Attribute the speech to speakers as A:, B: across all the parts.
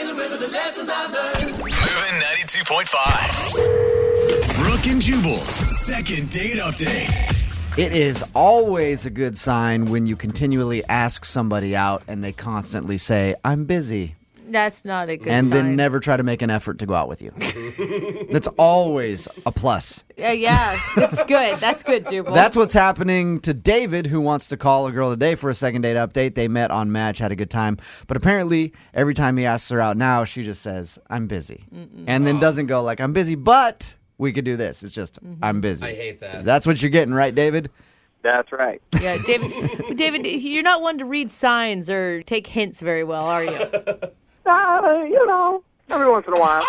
A: the lessons I've learned.
B: Moving 92.5. Brooke and Jubal's second date update.
C: It is always a good sign when you continually ask somebody out and they constantly say, I'm busy,
D: That's not a good
C: and then
D: sign.
C: never try to make an effort to go out with you. That's always a plus.
D: Uh, yeah, it's good. That's good, Jubal.
C: That's what's happening to David, who wants to call a girl today for a second date update. They met on Match, had a good time, but apparently every time he asks her out now, she just says, I'm busy. And then doesn't go like, I'm busy, but we could do this. It's just, I'm busy. I hate that. That's what you're getting, right, David?
E: That's right.
D: yeah, David. David, you're not one to read signs or take hints very well, are you?
E: Uh, you know, every once in a while.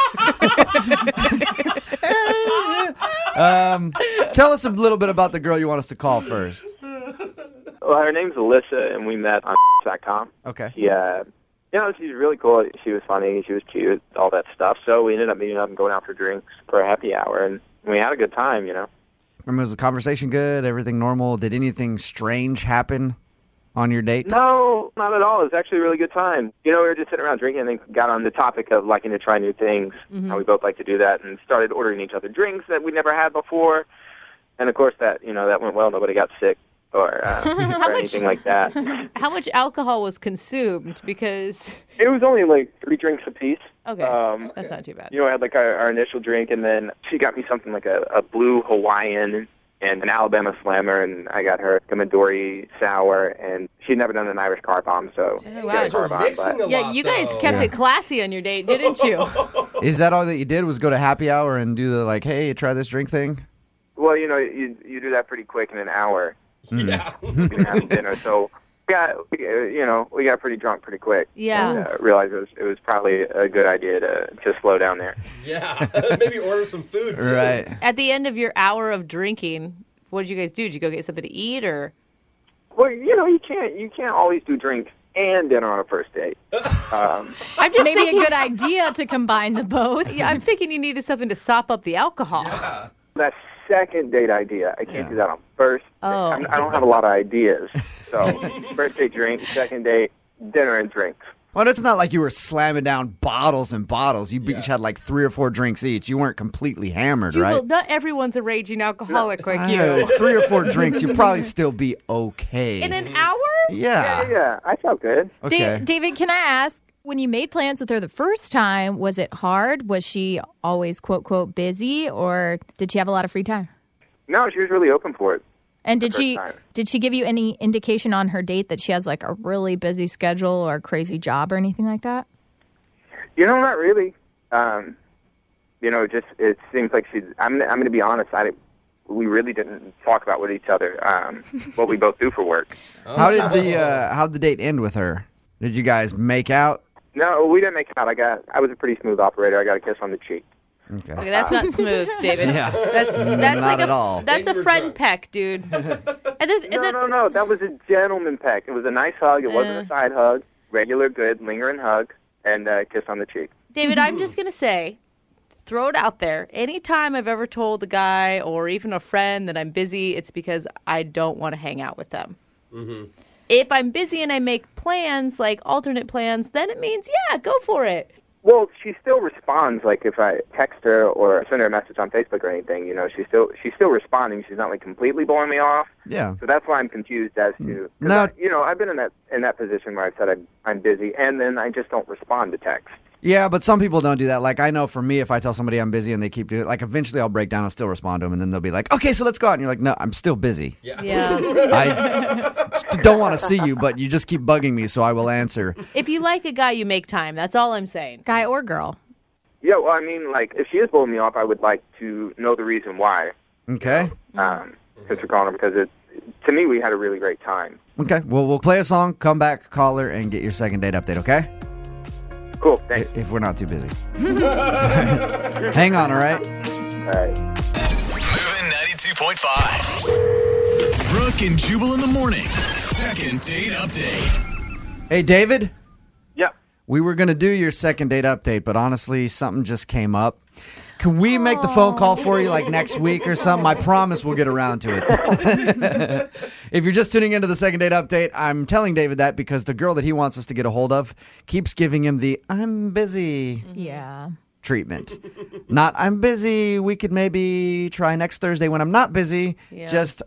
C: Tell us a little bit about the girl you want us to call first.
E: well, her name's Alyssa, and we met on dot com.
C: Okay.
E: She, uh, you know, she's really cool. She was funny. She was cute. All that stuff. So we ended up meeting up and going out for drinks for a happy hour, and we had a good time. You know.
C: I mean, was the conversation good? Everything normal? Did anything strange happen on your date?
E: No, not at all. It was actually a really good time. You know, we were just sitting around drinking and then got on the topic of liking to try new things. How we both like to do that and started ordering each other drinks that we never had before. And of course that, you know, that went well. Nobody got sick or, uh, or anything like that.
D: How much alcohol was consumed? Because
E: It was only like three drinks apiece.
D: okay,
F: Uh,
E: Um,
D: that's not too bad.
E: You know, I had like our, our initial drink, and then she got me something like a, a blue Hawaiian and an Alabama Slammer, and I got her a Midori Sour, and she'd never done an Irish car bomb, so she
D: wow.
E: got a
D: You guys
E: car bomb, but-
D: yeah, you guys kept it classy on your date, didn't you?
C: Is that all that you did was go to happy hour and do the like, hey, try this drink thing?
E: Well, you know, you you do that pretty quick in an hour. Yeah. we have dinner, so we got we, uh, you know we got pretty drunk pretty quick.
D: Yeah.
E: And, uh, realized it was it was probably a good idea to to slow down there.
G: Yeah, maybe order some food too.
C: Right.
D: At the end of your hour of drinking, what did you guys do? Did you go get something to eat, or
E: Well, you know, you can't you can't always do drink and dinner on a first date. Um,
D: I'm just
F: Maybe a
D: thinking.
F: good idea to combine the both.
D: yeah, I'm thinking you needed something to sop up the alcohol.
E: that second date idea, I can't do that on first.
D: Oh.
E: I'm, I don't have a lot of ideas, so first date drink, second date dinner and drinks.
C: Well, it's not like you were slamming down bottles and bottles. You each had like three or four drinks each. You weren't completely hammered,
D: Jubal,
C: right?
D: not everyone's a raging alcoholic like
C: I
D: you.
C: don't know, three or four drinks, you'd probably still be okay.
D: In an hour?
C: yeah.
E: Yeah, I felt good.
F: Da-
C: Okay.
F: David, can I ask, when you made plans with her the first time, was it hard? Was she always quote quote busy, or did she have a lot of free time?
E: No, she was really open for it.
F: And did she
E: time.
F: did she give you any indication on her date that she has like a really busy schedule or a crazy job or anything like that?
E: You know, not really. Um, you know, just it seems like she's. I'm. I'm going to be honest. I didn't- we really didn't talk about with each other um, what we both do for work.
C: How did the uh, how would the date end with her? Did you guys make out?
E: No, we didn't make out. I got. I was a pretty smooth operator. I got a kiss on the cheek.
D: Okay, that's not smooth, David.
C: Yeah.
D: That's that's
C: Not
D: like
C: at
D: a
C: all.
D: that's
G: Maybe
D: a
G: we're
D: friend
G: drunk.
D: peck, dude. And then, and
E: No,
D: then
E: no, no. That was a gentleman peck. It was a nice hug. It wasn't a side hug. Regular, good, lingering hug, and uh, kiss on the cheek.
D: David, I'm just gonna say, throw it out there. Anytime I've ever told a guy or even a friend that I'm busy, it's because I don't want to hang out with them. If I'm busy and I make plans, like alternate plans, then it means yeah, go for it.
E: Well, she still responds. Like if I text her or send her a message on Facebook or anything, you know, she's still she's still responding. She's not like completely blowing me off.
C: Yeah.
E: So that's why I'm confused as to 'cause
C: No.
E: I- you know I've been in that in that position where I've said I'm I'm busy and then I just don't respond to text.
C: Yeah, but some people don't do that. Like I know for me, if I tell somebody I'm busy and they keep doing it, like eventually I'll break down. I'll still respond to them, and then they'll be like, "Okay, so let's go out." And you're like, "No, I'm still busy.
D: Yeah.
C: I st- don't want to see you, but you just keep bugging me, so I will answer."
D: if you like a guy, you make time. That's all I'm saying.
F: Guy or girl?
E: Yeah, well I mean like if she is blowing me off, I would like to know the reason why.
C: Okay.
E: Um, since we're calling her because it to me we had a really great time.
C: Okay. Well, we'll play a song, come back, call her, and get your second date update. Okay.
E: Cool, thanks.
C: If we're not too busy. Hang on. All right.
E: All right.
B: Moving 92.5. Brooke and Jubal in the mornings. Second date update.
C: Hey, David.
E: Yeah.
C: We were going to do your second date update, but honestly, something just came up. Can we make the phone call for you like next week or something? I promise we'll get around to it. if you're just tuning into the second date update, I'm telling David that because the girl that he wants us to get a hold of keeps giving him the I'm busy
F: Yeah.
C: treatment. not I'm busy. We could maybe try next Thursday when I'm not busy.
D: Yeah.
C: Just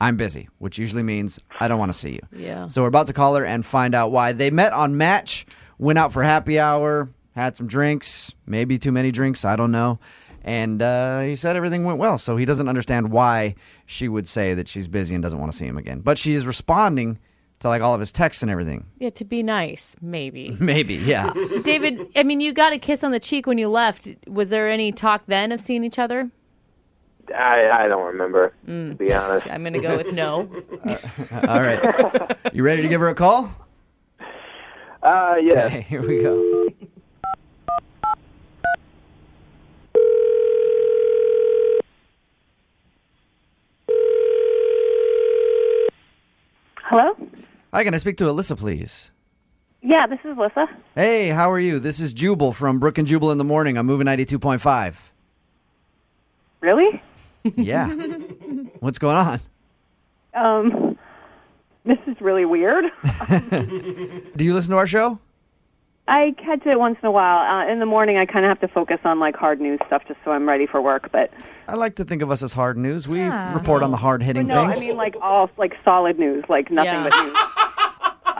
C: I'm busy, which usually means I don't want to see you.
D: Yeah.
C: So we're about to call her and find out why. They met on Match, went out for happy hour, had some drinks, maybe too many drinks, I don't know. And uh, he said everything went well, so he doesn't understand why she would say that she's busy and doesn't want to see him again. But she is responding to like all of his texts and everything.
D: Yeah, to be nice, maybe.
C: Maybe, yeah.
D: David, I mean, you got a kiss on the cheek when you left. Was there any talk then of seeing each other?
E: I, I don't remember, to be
A: Mm.
E: honest.
D: I'm going to go with no.
C: all right, you ready to give her a call?
E: Uh, yeah.
C: Okay, here we go.
A: Hello?
C: Hi, can I speak to Alyssa, please?
A: Yeah, this is Alyssa.
C: Hey, how are you? This is Jubal from Brook and Jubal in the Morning on Moving 92.5.
A: Really?
C: Yeah. What's going on?
A: Um, this is really weird.
C: Do you listen to our show?
A: I catch it once in a while. Uh, in the morning, I kind of have to focus on like hard news stuff just so I'm ready for work. But,
C: I like to think of us as hard news. We
F: Yeah.
C: report on the hard
A: but
C: hitting
A: no, I
C: things.
A: mean like all like solid news, like nothing
D: Yeah.
A: but news.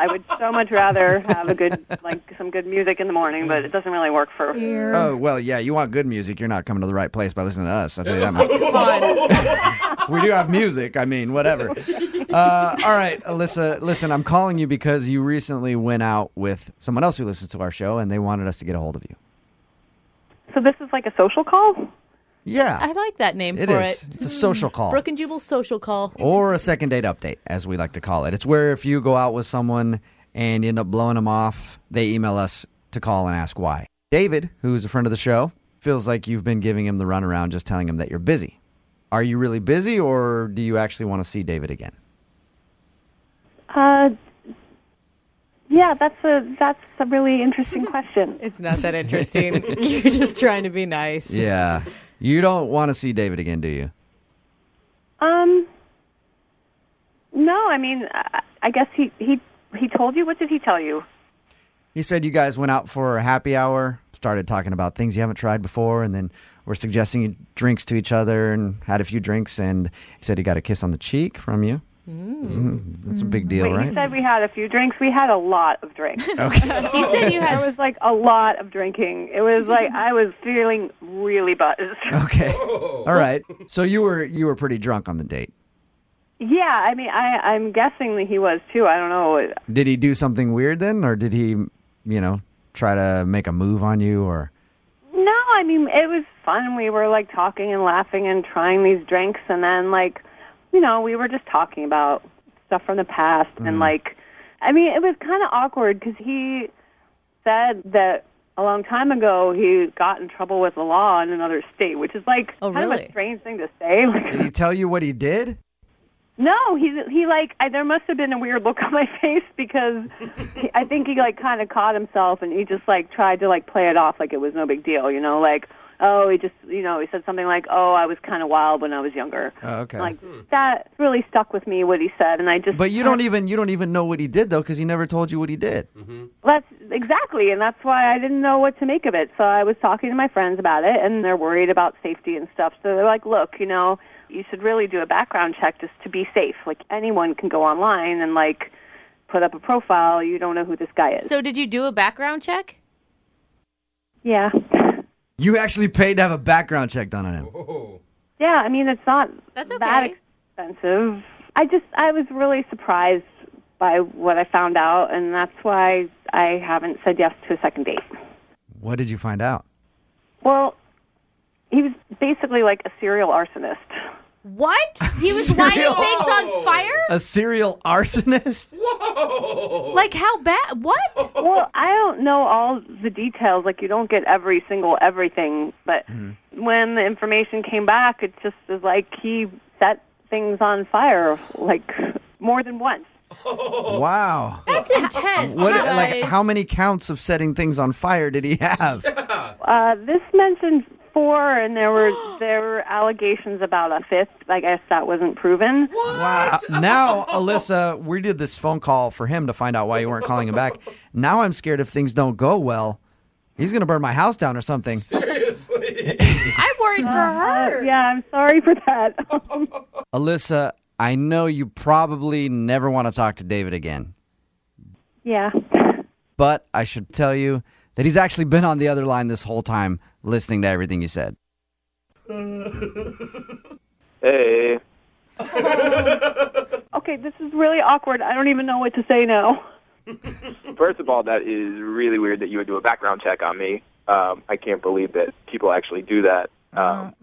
A: I would so much rather have a good like some good music in the morning, but it doesn't really work for.
C: oh, well, yeah, you want good music. You're not coming to the right place by listening to us. I'll tell you that much. we do have music. I mean, whatever. Uh, all right, Alyssa, listen, I'm calling you because you recently went out with someone else who listens to our show and they wanted us to get a hold of you.
A: So this is like a social call.
D: I
C: Yeah,
D: like that name
C: it
D: for
C: is.
D: it. Mm-hmm.
C: It's a social call.
D: Brooke and Jubal social call.
C: or a second date update, as we like to call it. It's where if you go out with someone and you end up blowing them off, they email us to call and ask why. David, who's a friend of the show, feels like you've been giving him the runaround, just telling him that you're busy. Are you really busy, or do you actually want to see David again?
A: Uh, yeah, that's a that's a really interesting question.
D: It's not that interesting. You're just trying to be nice.
C: Yeah. you don't want to see David again, do you?
A: Um, no, I mean, I, I guess he he he told you. What did he tell you?
C: He said you guys went out for a happy hour, started talking about things you haven't tried before, and then were suggesting drinks to each other and had a few drinks. And he said he got a kiss on the cheek from you. Mhm. That's a big deal,
A: Mm. Wait,
C: right?
A: he said we had a few drinks. We had a lot of drinks.
C: okay.
D: He said you
A: There
D: had.
A: was like a lot of drinking. It was like I was feeling really buzzed.
C: okay. All right. So you were you were pretty drunk on the date.
A: Yeah, I mean, I I'm guessing that he was too. I don't know.
C: Did he do something weird then, or did he, you know, try to make a move on you, or?
A: No, I mean, it was fun. We were like talking and laughing and trying these drinks, and then like, you know, we were just talking about stuff from the past,
D: Mm-hmm.
A: and like, I mean, it was kind of awkward because he said that a long time ago he got in trouble with the law in another state, which is like
D: Oh,
A: kind of
D: really?
A: a strange thing to say.
C: Did he tell you what he did?
A: No, he he like I, there must have been a weird look on my face because he, I think he like kind of caught himself and he just like tried to like play it off like it was no big deal, you know, like oh he just you know he said something like oh I was kind of wild when I was younger,
C: Oh, okay.
A: like that really stuck with me what he said and I just
C: but you don't even you don't even know what he did though, because he never told you what he did.
A: That's exactly, and that's why I didn't know what to make of it. So I was talking to my friends about it, and they're worried about safety and stuff. So they're like, "Look, you know, you should really do a background check just to be safe. Like anyone can go online and like put up a profile. You don't know who this guy is."
D: So did you do a background check?
A: yeah,
C: You actually paid to have a background check done on him.
A: yeah. I mean, it's not
D: That's
A: that
D: okay.
A: expensive. I just I was really surprised by what I found out, and that's why I haven't said yes to a second date.
C: What did you find out?
A: Well, he was basically like a serial arsonist.
D: What? He was lighting things on fire?
C: A serial arsonist?
D: Like how bad? What?
A: Well, I don't know all the details. Like, you don't get every single everything. But when the information came back, it just is like he set things on fire, like more than once.
C: Wow.
D: That's intense.
C: What
D: you
C: like
D: guys.
C: how many counts of setting things on fire did he have?
A: Uh, this mentioned four, and there were there were allegations about a fifth. I guess that wasn't proven.
C: Wow. Now, Alyssa, we did this phone call for him to find out why you weren't calling him back. Now I'm scared if things don't go well, he's going to burn my house down or something.
G: Seriously.
D: I'm worried for her.
A: Uh, Yeah, I'm sorry for that.
C: Alyssa, I know you probably never want to talk to David again,
A: yeah.
C: but I should tell you that he's actually been on the other line this whole time listening to everything you said.
E: Hey.
A: Okay, this is really awkward. I don't even know what to say now.
E: First of all, that is really weird that you would do a background check on me. Um, I can't believe that people actually do that.
A: Oh.
E: Um,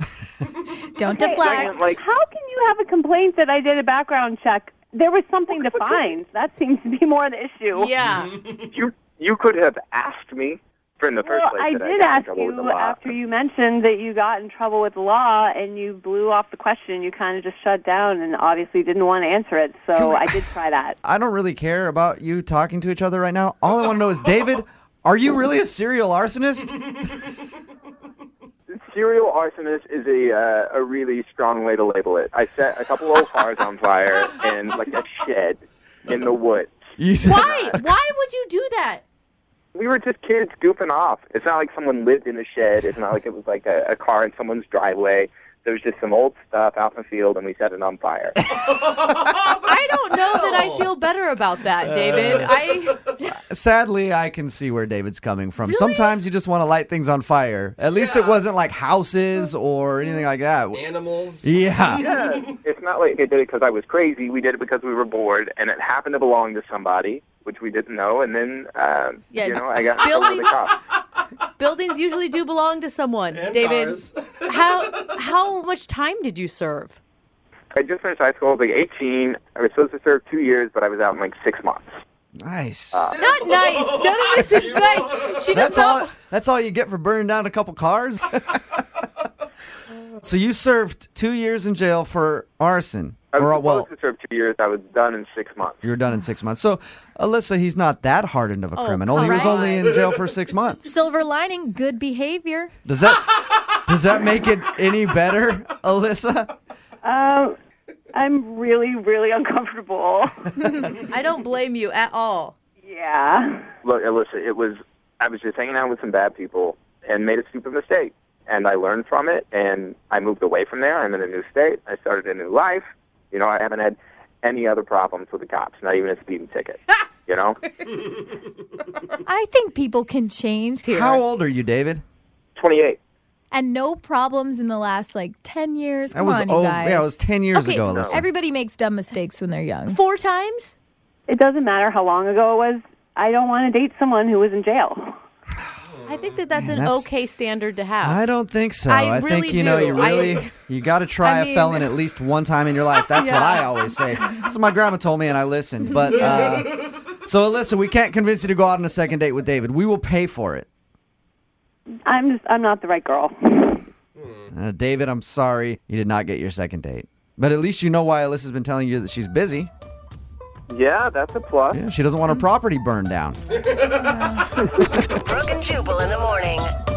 E: second,
F: Don't deflect.
E: like,
A: How can you have a complaint that I did a background check? There was something to find. That seems to be more the issue.
D: Yeah.
E: you you could have asked me for in the first
A: Well,
E: place.
A: I
E: that
A: did
E: got in
A: ask
E: trouble with the
A: you
E: law.
A: after you mentioned that you got in trouble with the law and you blew off the question. You kind of just shut down and obviously didn't want to answer it. So I did try that.
C: I don't really care about you talking to each other right now. All I want to know is, David, are you really a serial arsonist?
E: Serial arsonist is a uh, a really strong way to label it. I set a couple old cars on fire and like a shed in the woods.
C: You said,
D: Why? Why would you do that?
E: We were just kids goofing off. It's not like someone lived in the shed. It's not like it was like a, a car in someone's driveway. There was just some old stuff out in the field, and we set it on fire.
D: I don't know that I feel better about
C: Uh.
D: that, David. I
C: Sadly, I can see where David's coming from. Sometimes you just want to light things on fire. At least it
G: Yeah.
C: wasn't like houses or anything like that.
G: Animals.
C: Yeah.
E: it's not like they did it because I was crazy. We did it because we were bored, and it happened to belong to somebody, which we didn't know. And then, uh,
D: Yeah,
E: you know, I got in trouble with the
D: buildings-
E: cops.
D: buildings usually do belong to someone,
G: And
D: David.
G: cars.
D: How how much time did you serve?
E: I just finished high school. I was like 18. I was supposed to serve two years, but I was out in like six months.
C: Nice.
D: Not nice. None of this is nice. She does
C: that's
D: not.
C: all that's all you get for burning down a couple cars? so you served 2 years in jail for arson.
E: I was
C: Or
E: supposed
C: well,
E: to serve two years. I was done in six months.
C: you were done in 6 months. So Alyssa, he's not that hardened of a criminal. He was
F: come
C: only in jail for 6 months.
F: Silver lining, good behavior.
C: Does that Does that make it any better, Alyssa?
A: Um, I'm really, really uncomfortable.
D: I don't blame you at all.
A: yeah.
E: Look, Alyssa, it was I was just hanging out with some bad people and made a stupid mistake, and I learned from it, and I moved away from there. I'm in a new state. I started a new life. You know, I haven't had any other problems with the cops, not even a speeding ticket. you know,
F: I think people can change here.
C: How old are you, David?
E: 28.
F: and no problems in the last like 10 years.
C: That
F: Come
C: was
F: on,
C: oh
F: you guys.
C: yeah, it was ten years
D: Okay,
C: ago. Alyssa.
F: Everybody makes dumb mistakes when they're young.
D: Four times?
A: It doesn't matter how long ago it was. I don't want to date someone who was in jail.
D: I think that that's
C: Man,
D: an
C: that's-
D: okay standard to have.
C: I don't think so. I,
D: I
C: think
D: really
C: you know
D: do.
C: you
D: I-
C: really you got to try
D: I
C: a
D: mean-
C: felon at least one time in your life. That's what I always say. That's what my grandma told me, and I listened. But uh, so Alyssa, we can't convince you to go out on a second date with David. We will pay for it.
A: I'm just, I'm not the right girl.
C: Uh, David, I'm sorry you did not get your second date. But at least you know why Alyssa's been telling you that she's busy.
E: Yeah, that's a plus.
C: Yeah, she doesn't want her property burned down.
H: Brooke and Jubal in the morning.